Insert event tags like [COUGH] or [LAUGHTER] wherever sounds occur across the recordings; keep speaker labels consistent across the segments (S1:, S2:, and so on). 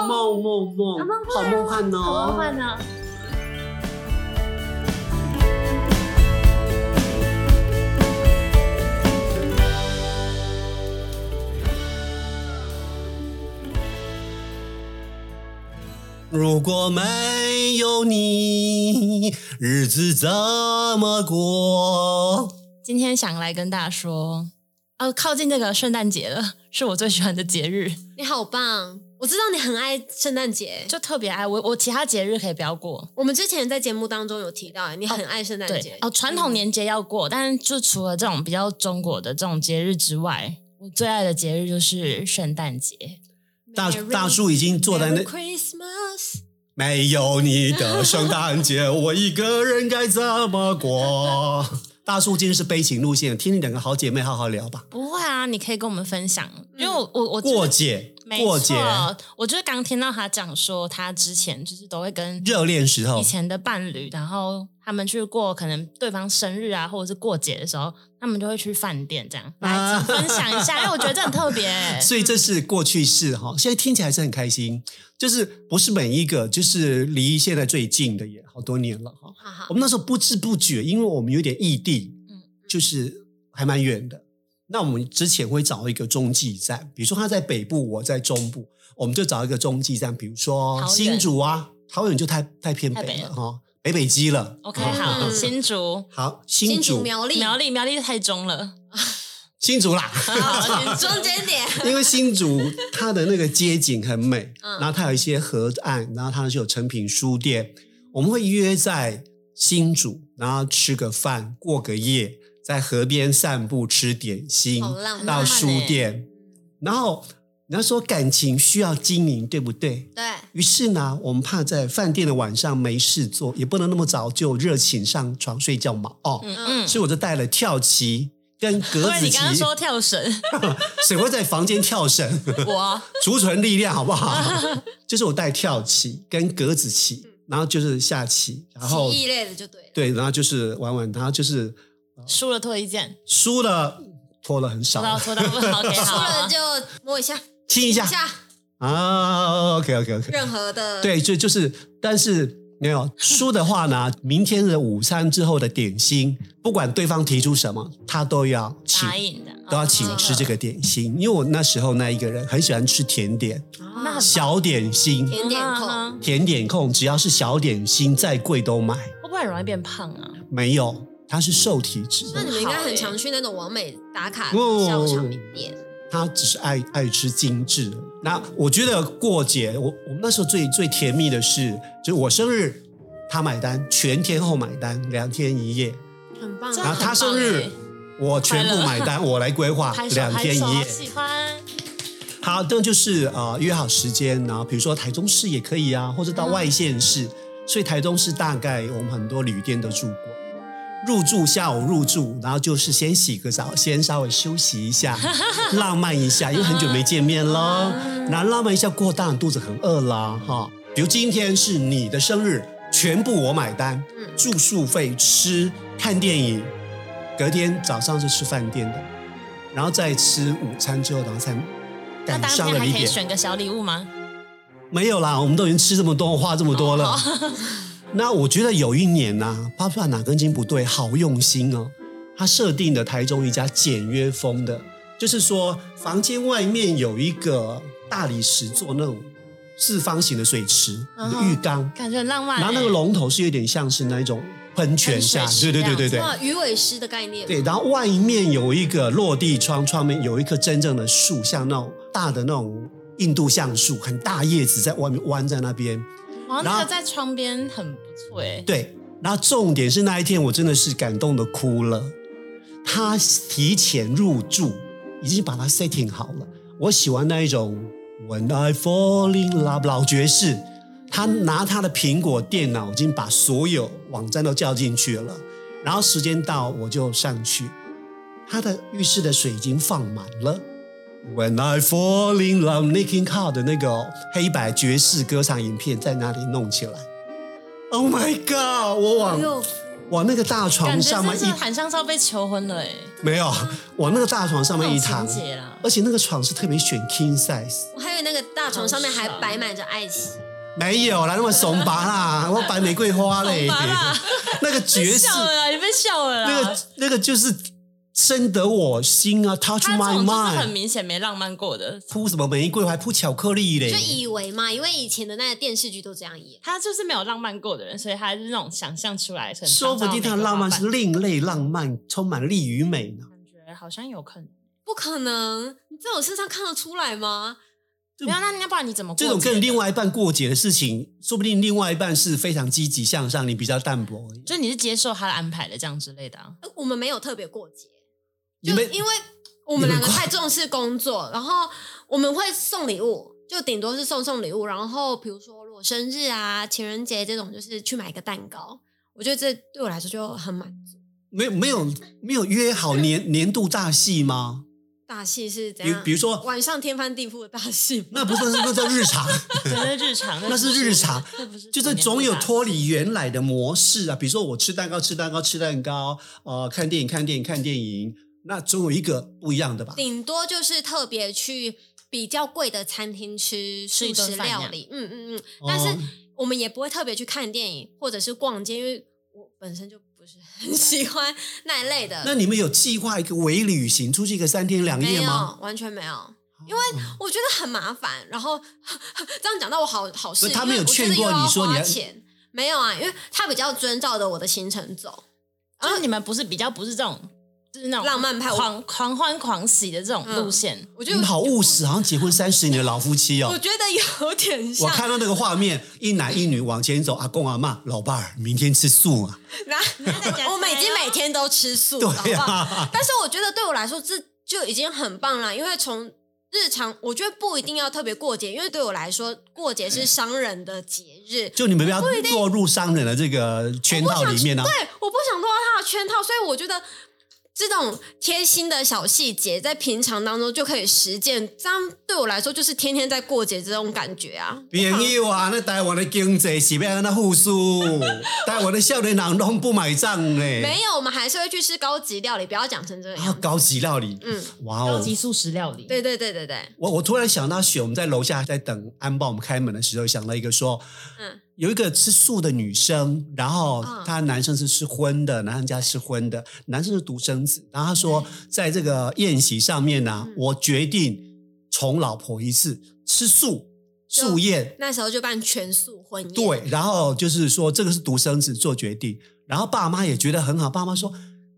S1: 梦，好梦幻
S2: 好梦幻哦好梦
S1: 哦！
S2: 幻呢。
S3: 如果没有你，日子怎么过？
S4: 今天想来跟大家说，呃，靠近这个圣诞节了， [LAUGHS] 是我最喜欢的节日，
S2: 你好棒！我知道你很爱圣诞节，
S4: 就特别爱我。我其他节日可以不要过，
S2: 我们之前在节目当中有提到，你很爱圣诞节
S4: 对哦，传统年节要过，但是就除了这种比较中国的这种节日之外，我最爱的节日就是圣诞节。
S3: 大大树已经坐在那
S2: Merry，Christmas，
S3: 没有你的圣诞节，我一个人该怎么过？大树今天是悲情路线，听你两个好姐妹好好聊吧。
S4: 不会啊，你可以跟我们分享，因为我我我觉得
S3: 过节，
S4: 嗯没
S3: 过节，
S4: 错，我就是刚听到他讲说，他之前就是都会跟
S3: 热恋时候
S4: 以，前的伴侣，然后他们去过可能对方生日啊，或者是过节的时候，他们就会去饭店这样来
S3: 啊
S4: 分享一下，因为我觉得这很特
S3: [LAUGHS]
S4: 别、欸
S3: 所以这是过去式哈。现在听起来还是很开心，就是不是每一个，就是离现在最近的也好多年了哈。
S2: 哈哈
S3: 我，们那时候不知不觉，因为我们有点异地
S4: 嗯，
S3: 就是还蛮远的。那我们之前会找一个中继站，比如说他在北部，我在中部，我们就找一个中继站，比如说
S4: 桃园
S3: 新竹啊，桃园就太太偏
S4: 太
S3: 北
S4: 北
S3: 了
S4: 了
S3: 哈、北北基了。
S4: OK，
S3: 哦
S4: 好，
S2: 嗯
S4: 新竹、
S3: 好，
S2: 新
S3: 新
S2: 竹
S3: 竹，
S2: 苗栗，
S4: 苗栗、苗栗太
S3: [LAUGHS]
S4: 中了，
S3: 新竹啦。
S4: 好新竹
S2: 中间
S3: [LAUGHS]
S2: 点，
S3: 因为新竹它的那个街景很美，
S2: 嗯
S3: 然后它有一些河岸，然后它就有成品书店。我们会约在新竹，然后吃个饭，过个夜，在河边散步，吃点心
S2: 好浪，漫
S3: 到书
S4: 欸
S3: 店。然后人家说感情需要经营，对不对？
S2: 对，
S3: 于是呢，我们怕在饭店的晚上没事做，也不能那么早就热情上床睡觉嘛。哦，
S4: 嗯
S2: 嗯
S4: 嗯，
S3: 所以我就带了跳棋跟格
S4: [LAUGHS] 对
S3: 子
S4: 你
S3: 棋
S4: 刚，刚说
S3: [LAUGHS]
S4: 跳绳，
S3: 谁会在房间跳绳？
S4: 我
S3: 储存力量，好不好？就是我带跳棋跟格子棋，然后就是下棋，然后
S2: 记忆类的就对了。
S3: 对，然后就是玩玩，然后就是
S4: 输了脱一件，
S3: 输了拖了很
S4: 拖
S3: 少，
S4: 到拖
S3: [LAUGHS]
S4: 到 OK
S2: 输
S4: 好
S2: 了
S4: 啊，
S2: 就摸一下，
S3: 亲一
S2: 一
S3: 下
S2: 下
S3: 啊，OK OK OK，
S2: 任何的，
S3: 对，就就是，但是没有输的话呢，明天的午餐之后的点心，不管对方提出什么，他都要请
S4: 答。应的
S3: 都要
S4: 哦
S3: 请吃这个点心，因为我那时候那一个人很喜欢吃甜点，
S2: 啊，
S4: 那
S3: 小点心、
S2: 甜点
S4: 嗯
S2: 控
S4: 哼嗯哼
S3: 甜点控，只要是小点心，再贵都买。
S4: 会不会很容易变胖啊？
S3: 没有，他是瘦体质
S2: 那你
S3: 的，
S2: 们应该
S4: 好欸
S2: 很常去那种完美打卡
S3: 哦
S2: 小场名店，
S3: 他只是爱爱吃精致的。那我觉得过节，我我们那时候最最甜蜜的是，就是我生日，他买单，全天候买单，两天一夜。
S2: 很棒
S4: 这
S3: 然
S2: 啊！
S3: 后他
S4: 很棒
S3: 生日
S4: 欸
S3: 我全部买单，我来规划
S4: 拍手
S3: 两
S4: 拍
S3: 天
S4: 手，
S3: 一
S4: 好
S3: 夜。
S4: 喜欢，
S3: 好，那就是呃约好时间，然后比如说台中市也可以啊，或者
S4: 嗯
S3: 到外县市。所以台中市大概我们很多旅店都住过，入住下午入住，然后就是先洗个澡，先稍微休息一
S4: [LAUGHS]
S3: 下，浪漫一下，因为很久没见面了。然后浪漫一下过，当然肚子很饿啦哈。比如今天是你的生日，全部我买单，
S2: 嗯
S3: 住宿费、吃、看电影，隔天早上是吃饭店的，然后再吃午餐之后，然后才
S4: 那
S3: 赶
S4: 当
S3: 上
S4: 天
S3: 了
S4: 还
S3: 一
S4: 可以
S3: 点。
S4: 选个小礼物吗？
S3: 没有啦，我们都已经吃这么多，花这么多了。
S4: 哦
S3: [LAUGHS] 那我觉得有一年呐、爸爸哪根筋不对，好用心哦。他设定的台中一家简约风的，就是说房间外面有一个大理石做那种四方形的水池、
S4: 嗯哼
S3: 浴缸，
S4: 感觉很浪漫欸，
S3: 然后那个龙头是有点像是那一种喷泉下
S4: 喷，水
S3: 对对对对对
S2: 哇，鱼尾狮的概念，
S3: 对，然后外面有一个落地窗，窗面有一棵真正的树，像那种大的那种印度橡树，很大叶子在外面弯在那边。
S4: 然后
S3: 然
S4: 那
S3: 后
S4: 个在窗边很不错哎，
S3: 对，然后重点是那一天我真的是感动的哭了。他提前入住，已经把它 setting 好了。我喜欢那一种 When I Fall in Love 老爵士，他拿他的苹果电脑已经把所有网站都叫进去了，然后时间到我就上去，他的浴室的水已经放满了。When I Fall in Love Nicki Card 的那个黑白爵士歌唱影片在那里弄起来？Oh my god！我
S2: 哎
S3: 往
S2: 呦，
S3: 往那个大
S4: 感
S3: 床
S4: 觉
S3: 上面
S4: 真是
S3: 一
S4: 很像是要被求婚了哎，
S3: 没
S4: [LAUGHS]
S3: 有，往那个大床上面一躺
S4: 这种，情节啦啊
S3: 而且那个床是特别选 king size，
S2: 我还有那个大床上面还摆满着爱情，
S3: 没有啦，那么怂吧
S4: [LAUGHS]
S3: 啦，我摆玫瑰花嘞
S4: 怂吧啦，
S3: 那个爵士
S4: 笑，啊了啦，你被笑了啦。
S3: 那个那个就是深得我心啊，touch
S4: 他这
S3: my
S4: 种就是很
S3: mind。
S4: 明显没浪漫过的，
S3: 铺什么玫瑰，还铺巧克力嘞
S2: 就？以为嘛，因为以前的那个电视剧都这样演。
S4: 他就是没有浪漫过的人，所以他是那种想象出来的。可能
S3: 说不定他的浪漫是另类浪漫，充满力与美呢。
S4: 感觉好像有可能。
S2: 不可能，你在我身上看得出来吗？
S4: 没有，那那不然你怎么过
S3: 这
S4: 节？
S3: 种跟另外一半过节的事情，说不定另外一半是非常积极向上，你比较淡薄而已。
S4: 就你是接受他的安排的这样之类的啊？
S2: 呃我们没有特别过节，
S3: 你
S2: 就
S3: 们
S2: 因为我们两个
S3: 你们
S2: 太重视工作，然后我们会送礼物，就顶多是送送礼物。然后比如说如果生日啊、情人节这种，就是去买一个蛋糕。我觉得这对我来说就很满足。
S3: 没有没有没有约好年年度大戏吗？
S2: 大戏是怎
S3: 比
S2: 样？
S3: 比如说，哦
S2: 晚上天翻地覆的大戏吗，
S3: 那不算是那叫日
S2: [LAUGHS]
S3: 常，
S4: 那是日常，
S3: 啊那是
S4: 不
S3: 日常，
S4: 那不是
S3: 就是总有脱离原来的模式啊。比如说我吃蛋糕，吃蛋糕，吃蛋糕，呃，看电影，看电影，看电影，那总有一个不一样的吧？
S2: 顶多就是特别去比较贵的餐厅吃
S4: 吃一
S2: 素
S4: 顿
S2: 食
S4: 饭
S2: 料
S4: 呀
S2: 理。嗯嗯嗯，
S3: 哦
S2: 但是我们也不会特别去看电影或者是逛街，因为我本身就不是很 [LAUGHS] 喜欢那一类的。
S3: 那你们有计划一个伪旅行，出去一个三天两
S2: 没
S3: 夜吗？哦
S2: 有，完全没有。因为我觉得很麻烦，然后 [LAUGHS] 这样讲到我好好事，
S3: 所以他
S2: 因为
S3: 没有
S2: 我觉
S3: 劝
S2: 得又
S3: 过
S2: 要
S3: 你说你
S2: 花
S3: 要
S2: 钱没有啊，因为他比较遵照着我的行程走，
S4: 就是啊你们不是比较不是这种，就是那种
S2: 浪漫派我嗯
S4: 狂狂欢狂喜的这种路线。
S2: 我
S3: 你
S2: 就
S3: 们好哦务实，好像结婚三十年的老夫妻哦
S2: 我。觉得有点像
S3: 我看到那个画面，一男一女往前走，阿公阿妈，老伴儿，明天吃
S2: [LAUGHS]
S3: 素啊。
S2: 那
S4: 在讲
S2: 我们已经每天都吃素了，好
S3: 对啊
S2: 不
S3: 呀、
S2: 好？但是我觉得对我来说，这就已经很棒了，因为从日常，我觉得不一定要特别过节，因为对我来说，过节是商人的节日，
S3: 嗯就你们不要落入商人的这个圈套里面啊。
S2: 对，哎我不想落到他的圈套，所以我觉得这种贴心的小细节，在平常当中就可以实践，这样对我来说就是天天在过节这种感觉啊。
S3: 朋友啊，那台湾的经济是要安那复苏，
S2: [LAUGHS]
S3: 台湾的少年郎拢不买账嘞。
S2: 没有，我们还是会去吃高级料理，不要讲成这
S3: 啊，
S2: 样。
S3: 高级料理，
S2: 嗯，
S3: 哇
S4: 高
S3: 哦！
S4: 级素食料理，
S2: 对对对对对，
S3: 我我突然想到雪，我们在楼下在等安保我们开门的时候，想到一个说，
S2: 嗯，
S3: 有一个吃素的女生，然后
S2: 嗯
S3: 她男生是吃荤的，男生家吃荤的，男生是独生子。然后她说，在这个宴席上面呢、
S2: 嗯
S3: 我决定重老婆一次，吃素
S2: 就
S3: 素宴。
S2: 那时候就办全素婚宴。
S3: 对，然后就是说这个是独生子做决定，然后爸妈也觉得很好，爸妈说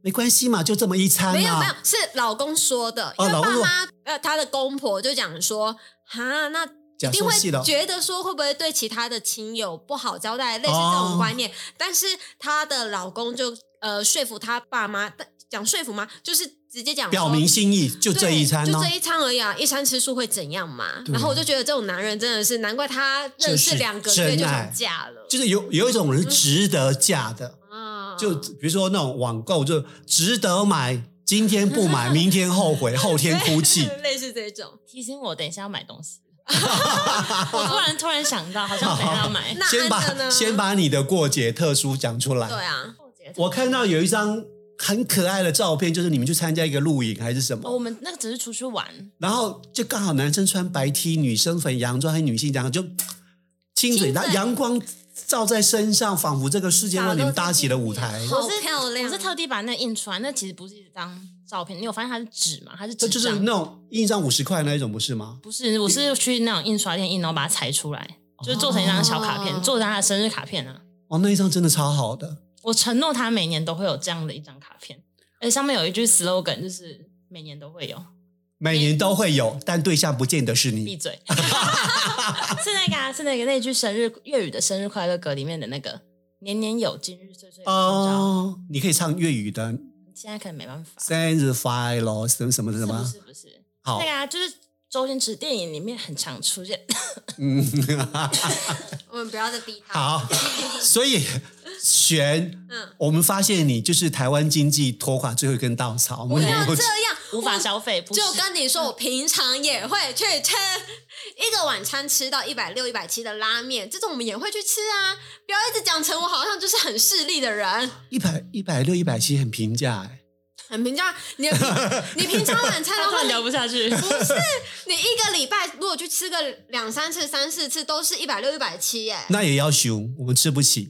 S3: 没关系嘛，就这么一餐
S2: 没有没有
S3: 啊，，
S2: 是老公说的，因
S3: 哦
S2: 为
S3: 老公
S2: 爸
S3: 说
S2: 妈呃他的公婆就讲说，哈，那一
S3: 假
S2: 定
S3: 设
S2: 会
S3: 戏了，
S2: 觉得说会不会对其他的亲友不好交代，类似这
S3: 哦
S2: 种观念。但是她的老公就呃说服她爸妈，但讲说服吗？就是直接讲
S3: 表
S2: 说
S3: 明心意，就这一餐
S2: 对
S3: 哦
S2: 就。这一餐而已啊，一餐吃素会怎样嘛？
S3: 对啊
S2: 然后我就觉得这种男人真的是，难怪他认
S3: 就是
S2: 识两个月就
S3: 真爱
S2: 想嫁了，
S3: 就是有有一种人值得嫁的，
S2: 嗯啊，
S3: 就比如说那种网购，就值得买，今天
S2: [LAUGHS]
S3: 不买，明天后悔，后天哭泣。
S2: 类似这种。
S4: 提醒我等一下要买东西。 [LAUGHS] 我突然突然想到，好像等一下要买。
S2: [LAUGHS] 那
S3: 先
S2: 安的
S3: 把
S2: 呢
S3: 先把你的过节特殊讲出
S2: 对
S3: 来。
S2: 啊，
S4: 过节
S3: 我看到有一张很可爱的照片，就是你们去参加一个露营还是什么
S4: 哦，我，们那个只是出去玩，
S3: 然后就刚好男生穿白 T，女生粉洋装，还有女性洋装，就亲嘴，
S2: 亲嘴
S3: 然后阳光照在身上，仿佛这个世界为你们搭起了舞台。
S2: 好
S4: 我是
S2: 漂亮，
S4: 我是特地把那印出来。那其实不是一张照片，你有发现它是纸嘛？它是
S3: 这
S4: 纸
S3: 就是
S4: 张，
S3: 那种印上五十块那一种，不是吗？
S4: 不是，我是去那种印刷店印，然后把它裁出来，就是做成一张小卡
S2: 哦
S4: 片，做成他的生日卡片啊。
S3: 哦，那一张真的超好的，
S4: 我承诺他每年都会有这样的一张卡片，而且上面有一句 slogan，就是每年都会有。
S3: 每年都会有，但对象不见得是
S4: 闭
S3: 你。
S4: 嘴！ [LAUGHS] 是那个、啊，是那个那句生日粤语的生日快乐歌里面的那个“年年有，今日岁岁有”。哦，
S3: 哦，你可以唱粤语的
S4: 现在可能没办法，
S3: “生日快乐”什么什么的什
S4: 是不
S3: 么
S4: 是？不是，
S3: 好
S4: 那个，啊，就是周星驰电影里面很常出
S3: [LAUGHS]
S4: 现。
S3: 嗯，
S2: 我们不要再逼他。
S3: 好，所以璇，
S2: 嗯，
S3: 我们发现你就是台湾经济拖垮最后一根稻草。我
S2: [LAUGHS] 不
S3: 们
S4: 啊
S2: 要
S3: 有
S2: 这样，
S4: 无法消费，不是
S2: 就跟你说，我平常也会去吃一个晚餐吃到一百六、一百七的拉面，这种我们也会去吃啊！不要一直讲成我好像就是很势利的人，
S3: 一百一百六一百七很平价哎、
S2: 很平常。你的平
S4: [LAUGHS]
S2: 你平常晚餐的
S4: 他突
S2: 话，
S4: 然
S2: 你
S4: 聊不下去。
S2: 不是你一个礼拜如果去吃个两三次、三四次，都是一百六、一百七耶。
S3: 那也要熊，我们吃不起。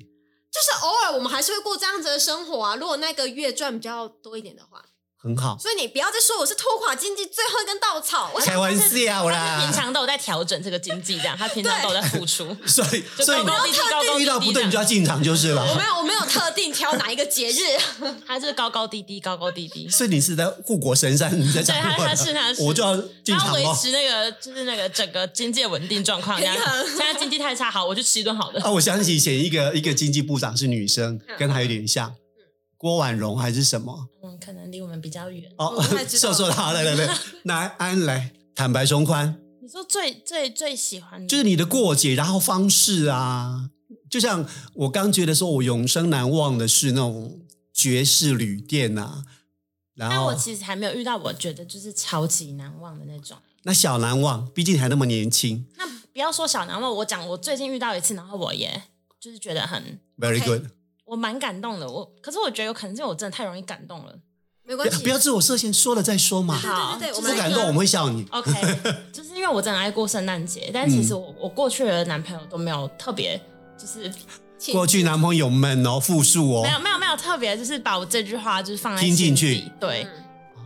S2: 就是偶尔我们还是会过这样子的生活啊。如果那个月赚比较多一点的话，
S3: 很好，
S2: 所以你不要再说我是拖垮经济最后一根稻草。我想
S3: 开玩笑
S4: 他是平
S3: 啦。
S4: 常都有在调整这个经济，这样他平常都有在付出。
S3: 所以，
S4: 就
S3: [LAUGHS] 所以
S4: 高高低低，高高低低
S3: 遇到不对你就
S4: 这
S3: 要
S4: 样
S3: 进场就是
S2: 我没
S3: 了。
S2: 有，我没有特定挑哪一个节日。
S4: 他就是高高低低，高高低低。
S3: 所以你是在护国神山，你在讲
S4: 对他
S3: 话
S4: 他是他是
S3: 我就要进
S4: 他
S3: 场
S4: 要维
S3: 哦。
S4: 持那个就是那个整个经济的稳定
S3: [LAUGHS]
S4: 状况，这样
S2: 平衡
S4: 现在经济太差，好，我就吃一顿好的。
S3: 啊，我想起以前一个一个经济部长是女生，
S2: 嗯
S3: 跟她有点像，郭婉容还是什么？
S4: 嗯，可能离我们比较远。
S3: 哦
S2: 我不太，知
S3: [LAUGHS]
S2: 道
S3: 瘦瘦她来来来，来安来，坦白从宽，
S4: 你说最最最喜欢
S3: 就是你的过节，然后方式啊，就像我刚觉得说，我永生难忘的是那种爵士旅店啊，然
S4: 但
S3: 后
S4: 我其实还没有遇到我觉得就是超级难忘的那种。
S3: 那小难忘，毕竟还那么年轻
S4: 那不要说小难忘，我讲我最近遇到一次，然后我也就是觉得很
S3: ，very
S2: OK
S3: good，
S4: 我蛮感动的。我可是我觉得有可能是因为我真的太容易感动了。
S2: [LAUGHS] 没
S3: 不
S2: 关
S3: 要
S2: 系，
S3: 不要自我设限，说了再说嘛，
S4: 好，
S2: 对对对我
S4: 就是
S3: 不
S2: 们
S3: 敢动我们会笑你。 [LAUGHS]
S4: OK，就是因为我真的爱过圣诞节，但其实
S3: 嗯
S4: 我、我过去的男朋友都没有特别，就是
S3: 哦
S2: 请
S3: 过去男朋友们哦，复述
S4: 没有
S3: 哦，
S4: 没有没有特别，就是把我这句话就是放在
S3: 听进
S4: 心
S3: 去
S4: 底。对
S2: 嗯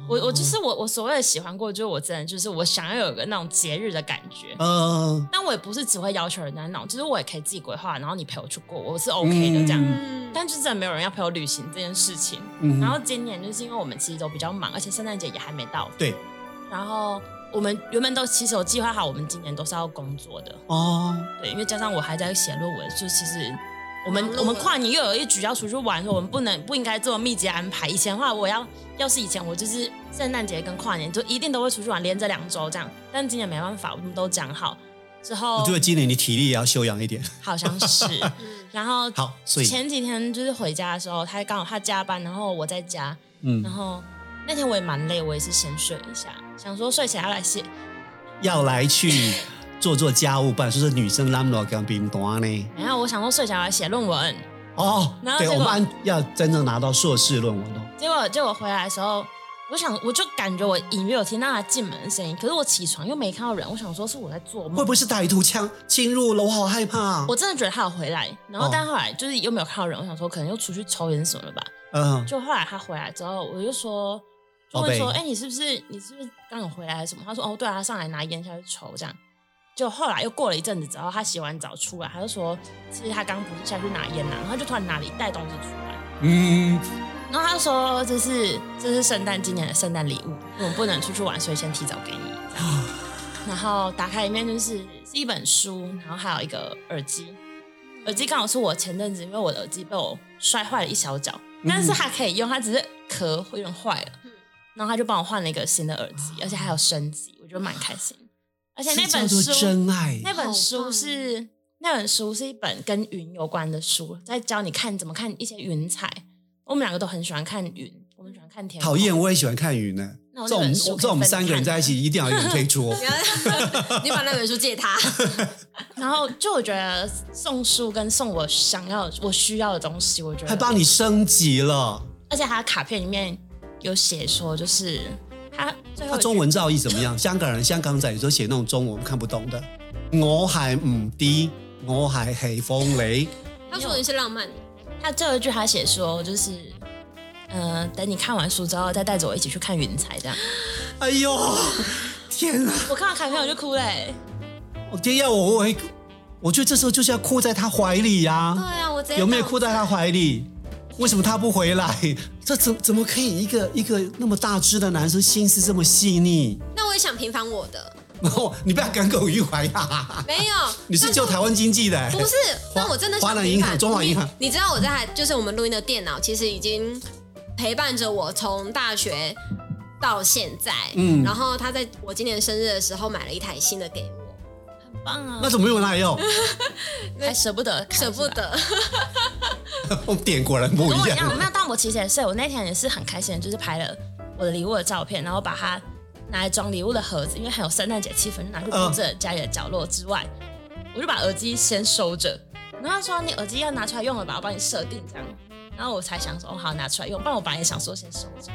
S4: 我我就是我我所谓的喜欢过，就是我真的就是我想要有个那种节日的感觉。
S3: 呃，
S4: 但我也不是只会要求人家那种，就是我也可以自己规划，然后你陪我去过，我是 OK 的这样。
S3: 嗯
S2: 嗯，
S4: 但就真的没有人要陪我旅行这件事情。
S3: 嗯
S4: 然后今年就是因为我们其实都比较忙，而且圣诞节也还没到，
S3: 对
S4: 然后我们原本都其实有计划好，我们今年都是要工作的，
S3: 哦，
S4: 对，因为加上我还在写论文，就其实我们
S2: 忙碌了
S4: 我们跨年又有一局要出去玩，所以我们不能不应该这么密集安排。以前的话，我要要是以前我就是圣诞节跟跨年就一定都会出去玩，连着两周这样，但今年没办法，我们都讲好之后
S3: 我觉，得今年你体力也要休养一
S4: [LAUGHS]
S3: 点。
S4: 好像
S3: [LAUGHS]
S4: 是，
S2: 嗯
S4: 然后
S3: 好，所以
S4: 前几天就是回家的时候，他刚好他加班，然后我在家，然
S3: 嗯，
S4: 后那天我也蛮累，我也是先睡一下，想说睡起来要来写
S3: 要来去做做家务，不然说是女生那么多跟冰多呢。
S4: 然后我想说睡起来我要写论文，
S3: 哦
S4: 然，后
S3: 对，
S4: 结
S3: 我
S4: 果
S3: 们按要真正拿到硕士论文哦。
S4: 结果结果回来的时候，我想我就感觉我隐约有听到他进门的声音，可是我起床又没看到人，我想说是我在做
S3: 会
S4: 梦
S3: 不，会是歹徒枪侵入了？我好害怕、啊。
S4: 我真的觉得他有回来，然后
S3: 哦
S4: 但后来就是又没有看到人，我想说可能又出去抽烟什么了吧，
S3: 嗯，
S4: 就后来他回来之后，我就说。就
S3: 宝
S4: 问
S3: 贝
S4: 说，哎、你是不是你是不是刚有回来还是什么？他说，哦，对啊，他上来拿烟下去抽这样。就后来又过了一阵子之后，他洗完澡出来，他就说，其实他刚不是下去拿烟呐、然后就突然拿了一袋东西出来，
S3: 嗯，
S4: 然后他说这是这是圣诞今年的圣诞礼物，我们不能出去玩，所以先提早
S3: [SIGHS]
S4: 给你。这样然后打开里面就是是一本书，然后还有一个耳机，耳机刚好是我前阵子因为我的耳机被我摔坏了一小角，
S3: 嗯
S4: 但是还可以用，它只是壳有点坏了
S2: 嗯，
S4: 然后他就帮我换了一个新的耳机，而且还有升级，我觉得蛮开心。而且
S3: 啊这
S4: 那
S3: 叫
S4: 本
S3: 做
S4: 书
S3: 真爱。
S4: 那本
S2: 好
S4: 书
S2: 棒
S4: 是那本书是一本跟云有关的书，在教你看怎么看一些云彩。我们两个都很喜欢看云，我们喜欢看天空。
S3: 讨厌，我也喜欢看云呢。
S4: 那我
S3: 这
S4: 哦那
S3: 我们
S4: 本书可以
S3: 这我们三个人在一起，一定要有人可以
S4: [LAUGHS]
S3: 捉。
S2: 你要嗯 [LAUGHS] 你把那本书借他，
S4: 然后就我觉得送书跟送我想要、我需要的东西，我觉
S3: 还
S4: 得，
S3: 帮你升级了。
S4: 而且他的卡片里面有写说，就是他最后
S3: 那
S4: 一句
S3: 中文造诣怎么样？香港人、香港仔有时候写那种中文我们看不懂的。我还唔知，我还系风雷。
S2: 他说你是浪
S3: [LAUGHS]
S2: 漫的，
S4: 他最后一句他写说就是。嗯、等你看完书之后，再带着我一起去看云彩，这样。
S3: 哎呦，天啊！
S4: 我看完卡片我就哭嘞、欸
S3: 我天要我我会，我觉得这时候就是要哭在他怀里呀、
S2: 对啊，我直接
S3: 有没有哭在他怀里？为什么他不回来？这怎怎么可以一个一个那么大只的男生心思这么细腻？
S2: 那我也想平凡我的，
S3: 哦，你不要耿耿于怀呀！
S2: 没有，
S3: 你是救台湾经济的、欸，
S2: 不是，但我真的想
S3: 花兰
S2: 平
S3: 银
S2: 反
S3: 行中华银行
S2: 你知道我在就是我们录音的电脑，其实已经陪伴着我从大学到现在。
S3: 嗯
S2: 然后他在我今年生日的时候买了一台新的给我，
S4: 很棒啊！
S3: 那怎么用哪用？
S4: 还舍不得看，
S2: 舍不
S4: 是吧。
S2: 得。
S3: 我们哦点果然不
S4: 跟
S3: 一
S4: 我一
S3: 样
S4: 样，。哦那但我其实也是，我那天也是很开心，就是拍了我的礼物的照片，然后把它拿来装礼物的盒子，因为很有圣诞节气氛，就拿去布置了家里的角落之外，我就把耳机先收着。然后他说你耳机要拿出来用了吧，我帮你设定这样。然后我才想说，哦好，拿出来用，不然我本来也想说先收着。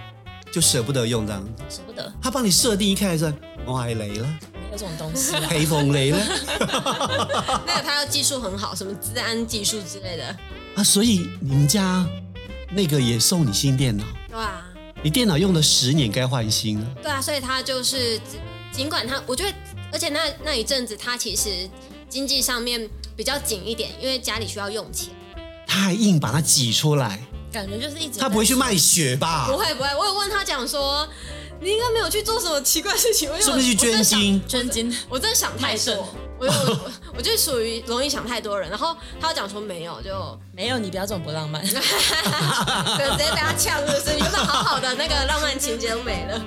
S3: 就就舍不得用这样。
S4: 舍不得
S3: 他帮你设定一开始，我海雷了，
S4: 没有这种东西啦。
S3: 黑风雷了
S2: 那个他的技术很好，什么治安技术之类的，
S3: 啊，所以你们家那个也送你新电脑，
S2: 对啊，
S3: 你电脑用了十年该换新了。
S2: 对啊，所以他就是只尽管他，我觉得，而且那那一阵子他其实经济上面比较紧一点，因为家里需要用钱。
S3: 他还硬把它挤出来，
S4: 感觉就是一直
S3: 他不会去卖血吧
S2: 不？会不会，我有问他讲说，你应该没有去做什么奇怪的事情，因为我
S3: 是不是去捐？精？
S4: 捐精，
S2: 我真的想我真的想太
S4: 卖肾
S2: 多，我我我就属于容易想太多的人。然后他讲说没有，就
S4: 没有你不要这种不浪
S3: [LAUGHS]
S4: 漫。
S2: 可能直接被他呛，就是原本好好的那个浪漫情节都没了。